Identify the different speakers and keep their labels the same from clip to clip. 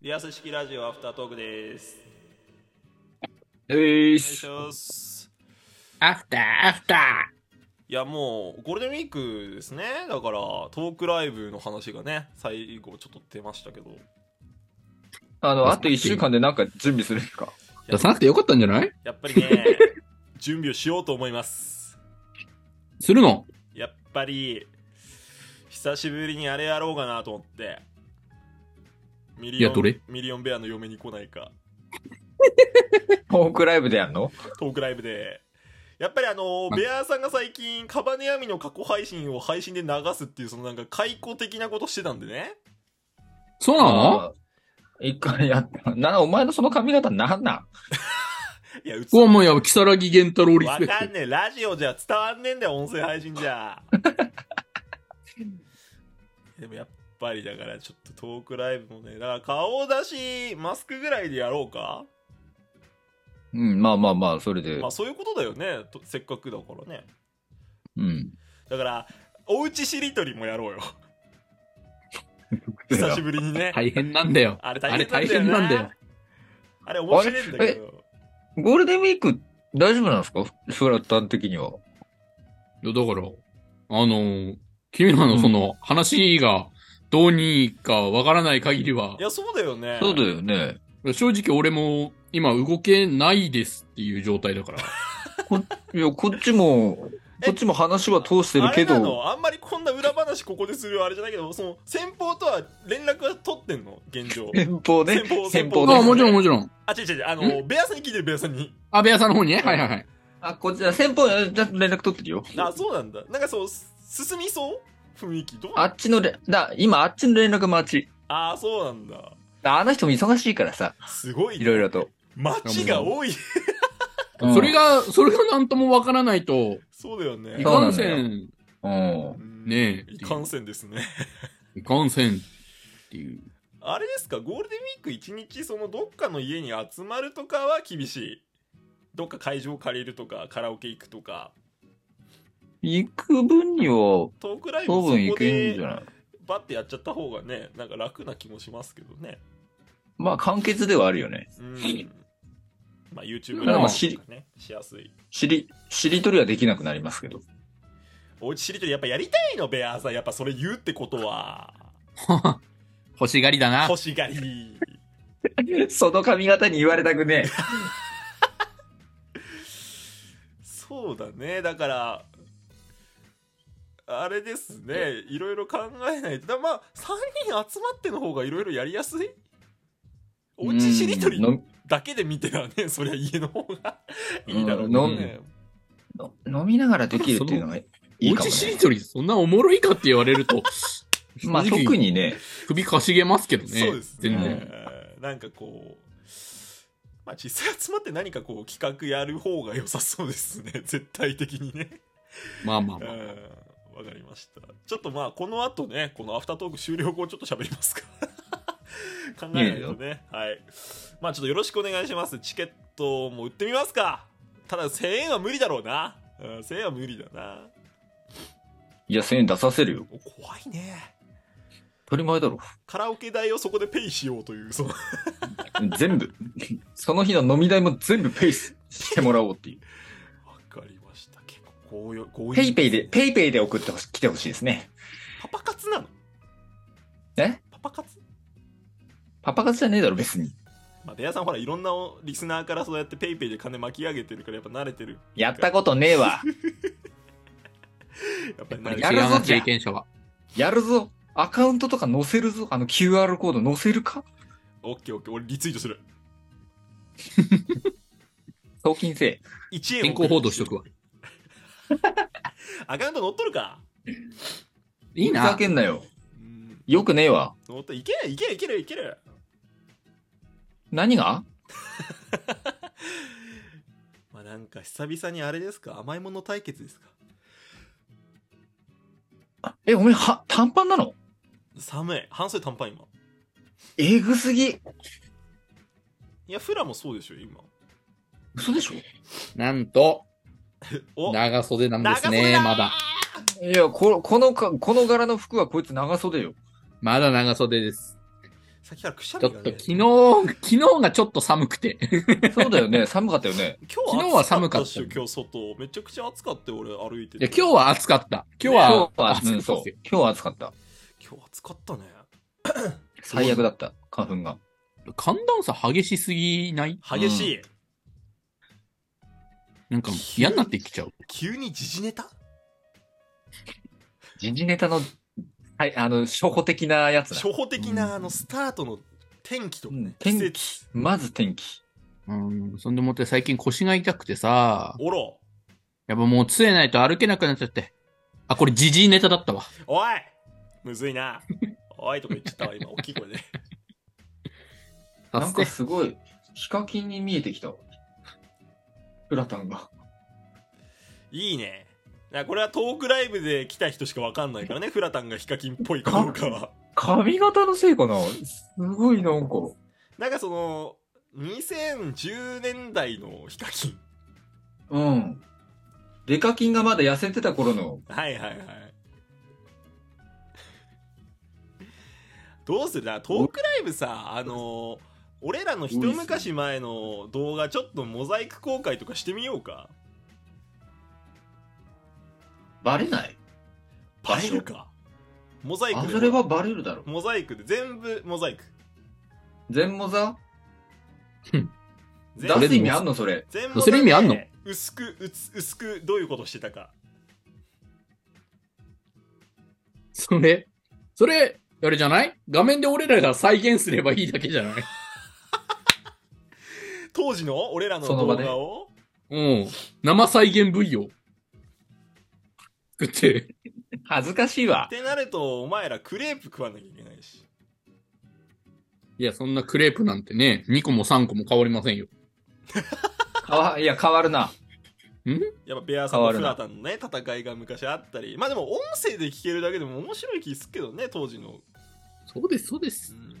Speaker 1: リアス式ラジオアフタートークです。
Speaker 2: うー
Speaker 1: お願いし
Speaker 2: し。
Speaker 1: ます。
Speaker 2: アフター、アフター。
Speaker 1: いや、もう、ゴールデンウィークですね。だから、トークライブの話がね、最後ちょっと出ましたけど。い
Speaker 3: あの、あと1週間でなんか準備するんですか
Speaker 2: 出さなくてよかったんじゃない
Speaker 1: やっぱりね、準備をしようと思います。
Speaker 2: するの
Speaker 1: やっぱり、久しぶりにあれやろうかなと思って。ミリ
Speaker 2: い
Speaker 1: オ
Speaker 2: やどれ
Speaker 1: ン、ミリオンベアの嫁に来ないか。
Speaker 3: トークライブでやんの
Speaker 1: トークライブで。やっぱりあの
Speaker 2: ま
Speaker 1: ベアーさんが最近、カバネアミの過去配信を配信で流すっていう、そのなんか解雇的なことしてたんでね。
Speaker 2: そうなの
Speaker 3: あ一回やった。な、お前のその髪型なんなん
Speaker 1: いや、うつ
Speaker 2: ここはもうやば、キサラギゲンタロウリス
Speaker 1: わ
Speaker 2: ペク
Speaker 1: かんねえ。ラジオじゃ伝わんねえんだよ、音声配信じゃ。でもやっぱりだから、ちょっとトークライブもね、だから顔出し、マスクぐらいでやろうか。
Speaker 3: うん、まあまあまあ、それで
Speaker 1: まあ。そういうことだよね、とせっかくだからね。
Speaker 3: うん。
Speaker 1: だから、おうちしりとりもやろうよ。久しぶりにね
Speaker 2: ト。。大変なんだよ。
Speaker 1: あれ
Speaker 2: あれ
Speaker 1: 大
Speaker 2: 大
Speaker 1: 変
Speaker 2: 変
Speaker 1: な
Speaker 2: なんん
Speaker 1: だ
Speaker 2: だ
Speaker 1: よな
Speaker 2: よ。
Speaker 1: あれ面白いんだけど。、
Speaker 3: ゴールデンウィーク大丈夫なんですかフラッタン的には。
Speaker 2: いや、だから、あのー、君らのその、話がどうにかわからない限りはい
Speaker 1: や、そうだよね。
Speaker 3: そうだよね。
Speaker 2: 正直俺も今動けないですっていう状態だから。
Speaker 3: いや、こっちも、
Speaker 1: え
Speaker 3: こっちも話は通してる
Speaker 1: あ
Speaker 3: け
Speaker 1: れな
Speaker 3: ど、
Speaker 1: のあんまりこんな裏話ここでするあれじゃないけど、その先方とは連絡は取ってんの現状。
Speaker 3: 先方ね
Speaker 1: 先方。
Speaker 3: 先
Speaker 1: そう
Speaker 3: 方
Speaker 1: です
Speaker 2: あ
Speaker 1: ね
Speaker 2: あ、も
Speaker 3: ね。
Speaker 2: ちろんもちろん。
Speaker 1: あ、違う違う違う、あの、ベアさんに聞いてるベアさんに。
Speaker 2: あ、ベアさんの方にね。はいはいはい。
Speaker 3: あ、こっちだ。先方、えじゃあ連絡取ってるよ。
Speaker 1: あ、そうなんだ。なんかそう、す進みそう雰囲気。どう
Speaker 3: あっちのれ、だ、今あっちの連絡待ち。
Speaker 1: あ、そうなんだ。
Speaker 3: あの人も忙しいからさ、
Speaker 1: すごい、
Speaker 3: いろいろと。
Speaker 1: 街が多い。
Speaker 3: うん
Speaker 2: それが、それがなんともわからないと、
Speaker 1: そうだよね
Speaker 2: い。
Speaker 3: そう
Speaker 2: か
Speaker 3: なんんだ
Speaker 2: せ
Speaker 3: よ
Speaker 2: ん、
Speaker 3: うん。
Speaker 1: うん
Speaker 2: ねえ
Speaker 1: いかんせんですね。
Speaker 2: いかんせんっていう。
Speaker 1: あれですか、ゴールデンウィーク一日、そのどっかの家に集まるとかは厳しい。どっか会場借りるとか、カラオケ行くとか、
Speaker 3: 行く分には、
Speaker 1: トークライブそ
Speaker 3: 多
Speaker 1: こ
Speaker 3: 分行けんじゃ
Speaker 1: で
Speaker 3: ない
Speaker 1: バッてやっちゃった方がね、なんか楽な気もしますけどね。
Speaker 3: まあ、簡潔ではあるよね。
Speaker 1: うん。まあ YouTube
Speaker 2: うん
Speaker 1: ライブとかね、しやすい。
Speaker 3: しり、しりとりはできなくなりますけど。
Speaker 1: おうちしりとりやっぱやりたいの、ベアーさん。やっぱそれ言うってことは。
Speaker 2: 欲しがりだな。
Speaker 1: 欲しがり。
Speaker 3: その髪型に言われたくね
Speaker 1: そうだね。だから、あれですね。いろいろ考えないと。だまあ、3人集まっての方がいろいろやりやすい
Speaker 3: え。
Speaker 1: おうちしりとり
Speaker 3: うん
Speaker 1: だけで見てはね、そりゃ家の方が
Speaker 3: うん
Speaker 1: いいだろう
Speaker 3: 飲
Speaker 2: ん
Speaker 1: ね。
Speaker 3: の飲みながらできるっていうのがいい
Speaker 2: おう
Speaker 3: かも
Speaker 2: ちしり
Speaker 3: ね。、
Speaker 2: とりそんなおもろいかって言われると
Speaker 3: まあ、
Speaker 2: 正直
Speaker 3: 特にね、
Speaker 2: 首かしげますけどね。
Speaker 1: そうです
Speaker 2: 全
Speaker 1: ね
Speaker 2: 然。。
Speaker 1: なんかこう、まあ実際集まって何かこう企画やる方が良さそうですね。絶対的にね。
Speaker 2: まあまあ
Speaker 1: うん
Speaker 2: まあ。
Speaker 1: わかりました。ちょっとまあ、この後ね、このアフタートーク終了後、ちょっと喋りますか。 考えないとね。はい。まあ、ちょっとよろしくお願いします。チケットも売ってみますか。ただ、1000円は無理だろうな。うん、1000円は無理だな。
Speaker 3: いや、1000円出させるよ。
Speaker 1: お怖いね。
Speaker 3: 当たり前だろ。
Speaker 1: カラオケ代をそこでペイしようという、その、
Speaker 3: 全部。 その日の飲み代も全部ペイスしてもらおうっていう。
Speaker 1: わかりました。結構強引、強引。
Speaker 3: ペイペイで、。ペイペイで送ってほし、来てほしいですね。
Speaker 1: パパ活なの
Speaker 3: え
Speaker 1: パパ活
Speaker 3: パパ活じゃねえだろ、別に。
Speaker 1: まあ、出屋さんほら、いろんなリスナーからそうやってペイペイで金巻き上げてるから、やっぱ慣れてる。
Speaker 3: やったことねえわ。
Speaker 1: やっぱり慣
Speaker 2: ま
Speaker 1: れて
Speaker 2: あ違
Speaker 1: る
Speaker 3: やるぞ
Speaker 2: うな経験者は。
Speaker 3: やるぞ。アカウントとか載せるぞ。あの QR コード載せるか
Speaker 1: オッケーオッケー、俺リツイートする。
Speaker 3: 送金せえ。
Speaker 1: 1円
Speaker 2: 健康報道しとくわ。
Speaker 1: アカウント乗っとるか
Speaker 2: いい
Speaker 3: ふざ
Speaker 2: な。
Speaker 3: けんなよ。
Speaker 1: うん
Speaker 3: よくねえわ。
Speaker 1: 乗っといけるいけるいけるいける
Speaker 3: 何が
Speaker 1: まあなんか久々にあれですか甘いもの対決ですか
Speaker 3: え、お前、は、短パンなの
Speaker 1: 寒い半袖短パン今
Speaker 3: えぐすぎ。
Speaker 1: いやフラもそうでしょ今
Speaker 3: 嘘でしょ
Speaker 2: なんと、
Speaker 1: お
Speaker 2: 長袖なんで
Speaker 1: 長
Speaker 2: す
Speaker 1: 袖
Speaker 2: ね。
Speaker 1: ー
Speaker 2: まだ。
Speaker 3: いや、こ、このか、この柄の服はこいつ長袖よ。
Speaker 2: まだ長袖です。
Speaker 1: さっきからくしゃ
Speaker 2: ちょ
Speaker 1: み
Speaker 2: っ
Speaker 1: が、
Speaker 2: と
Speaker 1: ね、
Speaker 2: 昨日、昨日がちょっと寒くて。
Speaker 3: そうだよね。寒かったよね。
Speaker 1: 今
Speaker 2: 昨日は寒かった
Speaker 1: 暑っし今日外めちゃくちゃ暑かったよ俺歩いて
Speaker 2: い
Speaker 1: て
Speaker 2: や、 今日は暑かった。今日は
Speaker 3: 今日は、
Speaker 2: 暑かった
Speaker 3: う
Speaker 2: で
Speaker 3: ん、
Speaker 2: す
Speaker 3: そう
Speaker 2: よ。。
Speaker 3: 今日は暑かった。
Speaker 1: 今日暑かったね
Speaker 3: 最悪だった。花粉が。
Speaker 2: 寒暖差激しすぎない
Speaker 1: 激しい、
Speaker 2: なんか嫌になってきちゃう。
Speaker 1: 急に時事ネタ
Speaker 3: 人事ネタの、はい、あの、初歩的なやつだ。
Speaker 1: 初歩的な
Speaker 2: うん
Speaker 1: あのスタートの天気とか
Speaker 3: うん
Speaker 1: ね、
Speaker 3: 天
Speaker 1: 季
Speaker 3: 気
Speaker 1: 節
Speaker 3: まず天気。
Speaker 2: うん。そんでもって最近腰が痛くてさ、
Speaker 1: おろ
Speaker 2: やっぱもう杖ないと歩けなくなっちゃって。あ、これジジイネタだったわ。
Speaker 1: おいむずいなおいとか言っちゃったわ今大きい声で
Speaker 3: なん
Speaker 2: 助
Speaker 3: か
Speaker 2: け
Speaker 3: すごい、ヒカキンに見えてきた。プラタンが。
Speaker 1: いいねいやこれはトークライブで来た人しかわかんないからねフラタンがヒカキンっぽいかどうかは
Speaker 3: 髪型のせいかなすごいなんか。
Speaker 1: なんかその2010年代のヒカキン
Speaker 3: うん。デカキンがまだ痩せてた頃の。
Speaker 1: はいはいはいどうするなトークライブさあの俺らの一昔前の動画ちょっとモザイク公開とかしてみようか
Speaker 3: バレない
Speaker 1: バレるかモザイク
Speaker 3: あ、
Speaker 1: で
Speaker 3: それはバレるだろ。
Speaker 1: モザイクで全部モザイク
Speaker 3: 全モザ
Speaker 1: 全
Speaker 3: 出す意味あんのそれ。
Speaker 1: 全モザ
Speaker 2: それ意味あんの
Speaker 1: で薄くうつ薄くどういうことしてたか
Speaker 2: それ、それ、あれじゃない画面で俺らが再現すればいいだけじゃない
Speaker 1: 当時の俺らの
Speaker 3: その
Speaker 1: 動
Speaker 3: 場で
Speaker 1: 画を
Speaker 2: うん。生再現部位を作って。
Speaker 3: 恥ずかしいわ
Speaker 1: っ。てなるとお前らクレープ食わなきゃいけないし
Speaker 2: いや、そんなクレープなんてね、2個も3個も変わりませんよ。
Speaker 3: かわ、いや、変わるな。
Speaker 1: やっぱベアさんと
Speaker 3: 変わる
Speaker 1: フ
Speaker 3: な
Speaker 1: ラタンのね戦いが昔あったりまあでも音声で聞けるだけでも面白い気すっけどね当時の、
Speaker 2: そうです、そうで
Speaker 1: う
Speaker 2: す。
Speaker 1: ん、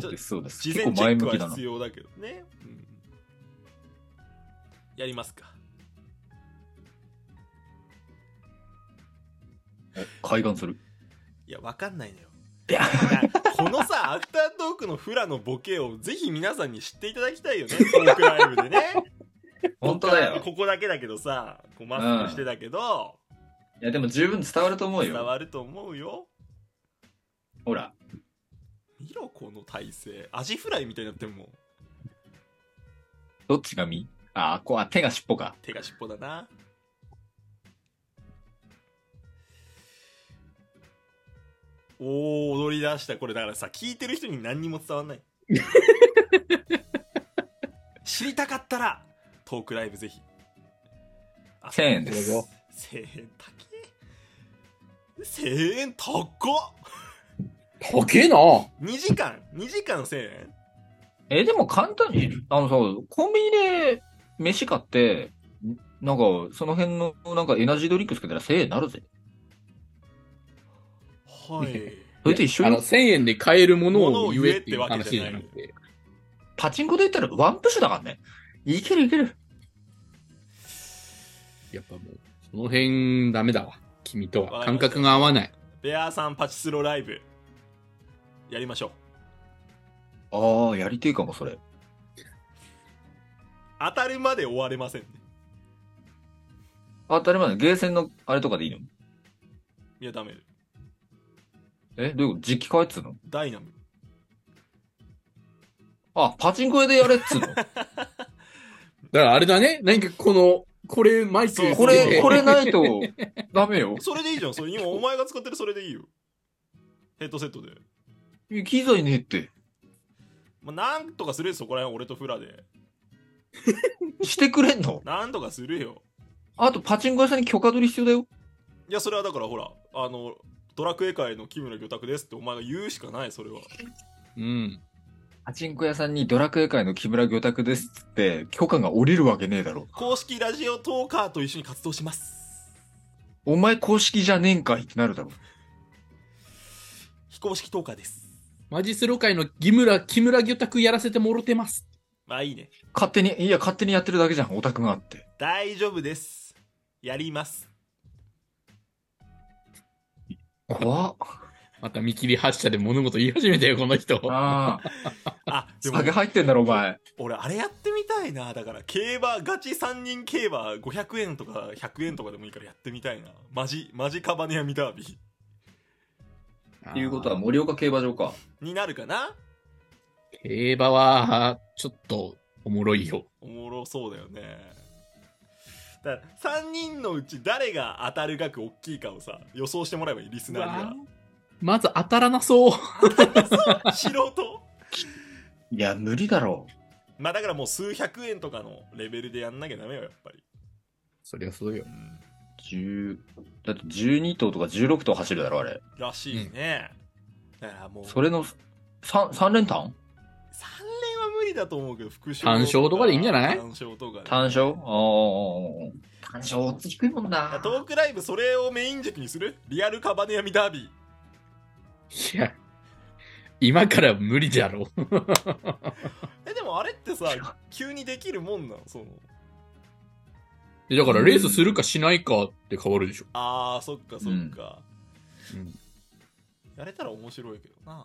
Speaker 3: そうです、そうです。
Speaker 1: 事
Speaker 3: 結
Speaker 1: 前
Speaker 3: 構
Speaker 1: チェ
Speaker 3: 前
Speaker 1: ック
Speaker 3: 向き
Speaker 1: は
Speaker 3: だな
Speaker 1: 必。要だけどね、うん、やりますか
Speaker 3: 開眼する。
Speaker 1: いやわかんないのよ
Speaker 3: いや
Speaker 1: このさアフタートークのフラのボケをぜひ皆さんに知っていただきたいよねトークライブでね
Speaker 3: 本当だよ。
Speaker 1: ここだけだけどさこうマスクしてたけど、
Speaker 3: いや、でも十分伝わると思う
Speaker 1: 伝
Speaker 3: よ。
Speaker 1: わると思うよ
Speaker 3: ほら。
Speaker 1: 見ろこの体勢アジフライみたいになってるもん
Speaker 3: どっちが身あ、こう、あ、手が尻尾か。
Speaker 1: 手が尻尾だなおお踊り出したこれだからさ聞いてる人に何にも伝わん ない知りたかったらトークライブぜひあ
Speaker 3: 1000円です。
Speaker 1: 1000円高え1000円高っ
Speaker 2: 高えなう
Speaker 1: 2時間2時間1000円
Speaker 3: え、でも簡単に、あのさ、コンビニで飯買って、なんか、その辺の、なんかエナジードリンクつけたら1000円になるぜ。
Speaker 1: はいい
Speaker 3: それと一緒
Speaker 2: あの、
Speaker 3: よ。
Speaker 2: 1000円で買えるもの
Speaker 1: ものを
Speaker 2: を
Speaker 1: 言
Speaker 2: 言
Speaker 1: え
Speaker 2: え
Speaker 1: っ
Speaker 2: ってていう
Speaker 1: わけ
Speaker 2: 話
Speaker 1: じ
Speaker 2: じ
Speaker 1: ゃな
Speaker 2: ゃ
Speaker 1: い
Speaker 2: なくて。
Speaker 3: パチンコで言ったらワンプッシュだからね。いけるいける。
Speaker 2: やっぱもう、その辺ダメだわ。君と
Speaker 1: わ
Speaker 2: は
Speaker 1: かり
Speaker 2: 感
Speaker 1: ました
Speaker 2: 覚が合わない。
Speaker 1: ベアーさんパチスロライブやりましょう
Speaker 3: ああ、やりてえかも、それ。
Speaker 1: 当たるまで終われませんね
Speaker 3: あ、当たり前だゲーセンのあれとかでいいの
Speaker 1: いやダメ
Speaker 3: え、どういうこと実機買えっつうの
Speaker 1: ダイナム
Speaker 3: あ、パチンコ屋でやれっつうの
Speaker 2: だからあれだね。なんかこの、これマイク
Speaker 1: そう
Speaker 3: これ、これないとダメよ。
Speaker 1: それでいいじゃんそれ今お前が使ってるそれでいいよヘッドセットで、
Speaker 3: 機材ねえって。
Speaker 1: まあ、なんとかするよそこら辺俺とフラで
Speaker 3: してくれんの
Speaker 1: なんとかするよ
Speaker 3: あと、パチンコ屋さんに許可取り必要だよ。
Speaker 1: いやそれはだからほらあのドラクエ界の木村魚拓ですってお前が言うしかないそれは
Speaker 2: うん。
Speaker 3: パチンコ屋さんにドラクエ界の木村魚拓ですっつって、許可が下りるわけねえだろ。
Speaker 1: 公式ラジオトーカーと一緒に活動します
Speaker 3: お前公式じゃねえんかいってなるだろ。
Speaker 1: 非公式トーカーです
Speaker 2: マジスロ界の木村、木村魚拓やらせてもろてます。
Speaker 1: まあいいね
Speaker 3: 勝手に、いや、勝手にやってるだけじゃん、オタクがあって。
Speaker 1: 大丈夫ですやります
Speaker 3: 怖っ。
Speaker 2: また見切り発車で物事言い始めたよ、この人。
Speaker 3: ああ、
Speaker 1: あ でも
Speaker 3: 酒入ってんだろ、お前。
Speaker 1: 俺あれやってみたいなだから競馬ガチ3人競馬500円とか100円とかでもいいからやってみたいなマジマジカバネアミダービー
Speaker 3: っていうことは、盛岡競馬場か。
Speaker 1: になるかな
Speaker 2: 競馬は、ちょっと、おもろいよ。
Speaker 1: おもろそうだよねだから3人のうち誰が当たる額大きいかをさ予想してもらえばいいリスナーに
Speaker 2: まず当たらなそう。
Speaker 1: は素人
Speaker 3: いや、無理だろ
Speaker 1: まあだからもう数百円とかのレベルでやんなきゃダメよやっぱり、
Speaker 2: そりゃそうよ
Speaker 1: う。ん、
Speaker 3: う。10、だって12頭とか16頭走るだろ、あれ。
Speaker 1: らしいね、だからもう
Speaker 3: それの3、三連単
Speaker 1: 3連は無理だと思うけど副賞
Speaker 2: 単勝とかでいいんじゃない
Speaker 1: 単勝とかで
Speaker 3: 単勝ああ。単勝って低いも
Speaker 1: い
Speaker 3: ん
Speaker 1: や
Speaker 3: な。
Speaker 1: トークライブそれをメイン軸にするリアルカバネアミダービ
Speaker 2: いや、今から無理じゃろ。
Speaker 1: ーえでもあれってさ急にできるもんなのその
Speaker 2: でだから、レースするかしないかって変わるでしょ。
Speaker 1: あーそっかそっか、
Speaker 2: うん
Speaker 1: やれたら面白いけどな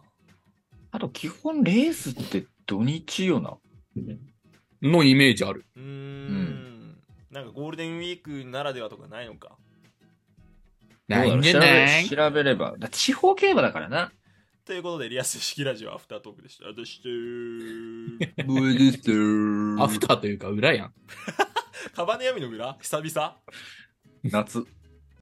Speaker 3: あと基本レースって土日よな。
Speaker 2: のイメージある。
Speaker 1: うーん
Speaker 3: うん
Speaker 1: なんかゴールデンウィークならではとかないのか
Speaker 2: ないんじゃ
Speaker 3: どうだろ
Speaker 2: な
Speaker 3: う
Speaker 2: い
Speaker 3: 調べ調べれば。だ地方競馬だからな。
Speaker 1: ということでリアス式ラジオアフタートークでしたでして ー
Speaker 3: ブーディステー
Speaker 2: アフターというか、裏やん。
Speaker 1: カバネアミの裏久々
Speaker 3: 夏。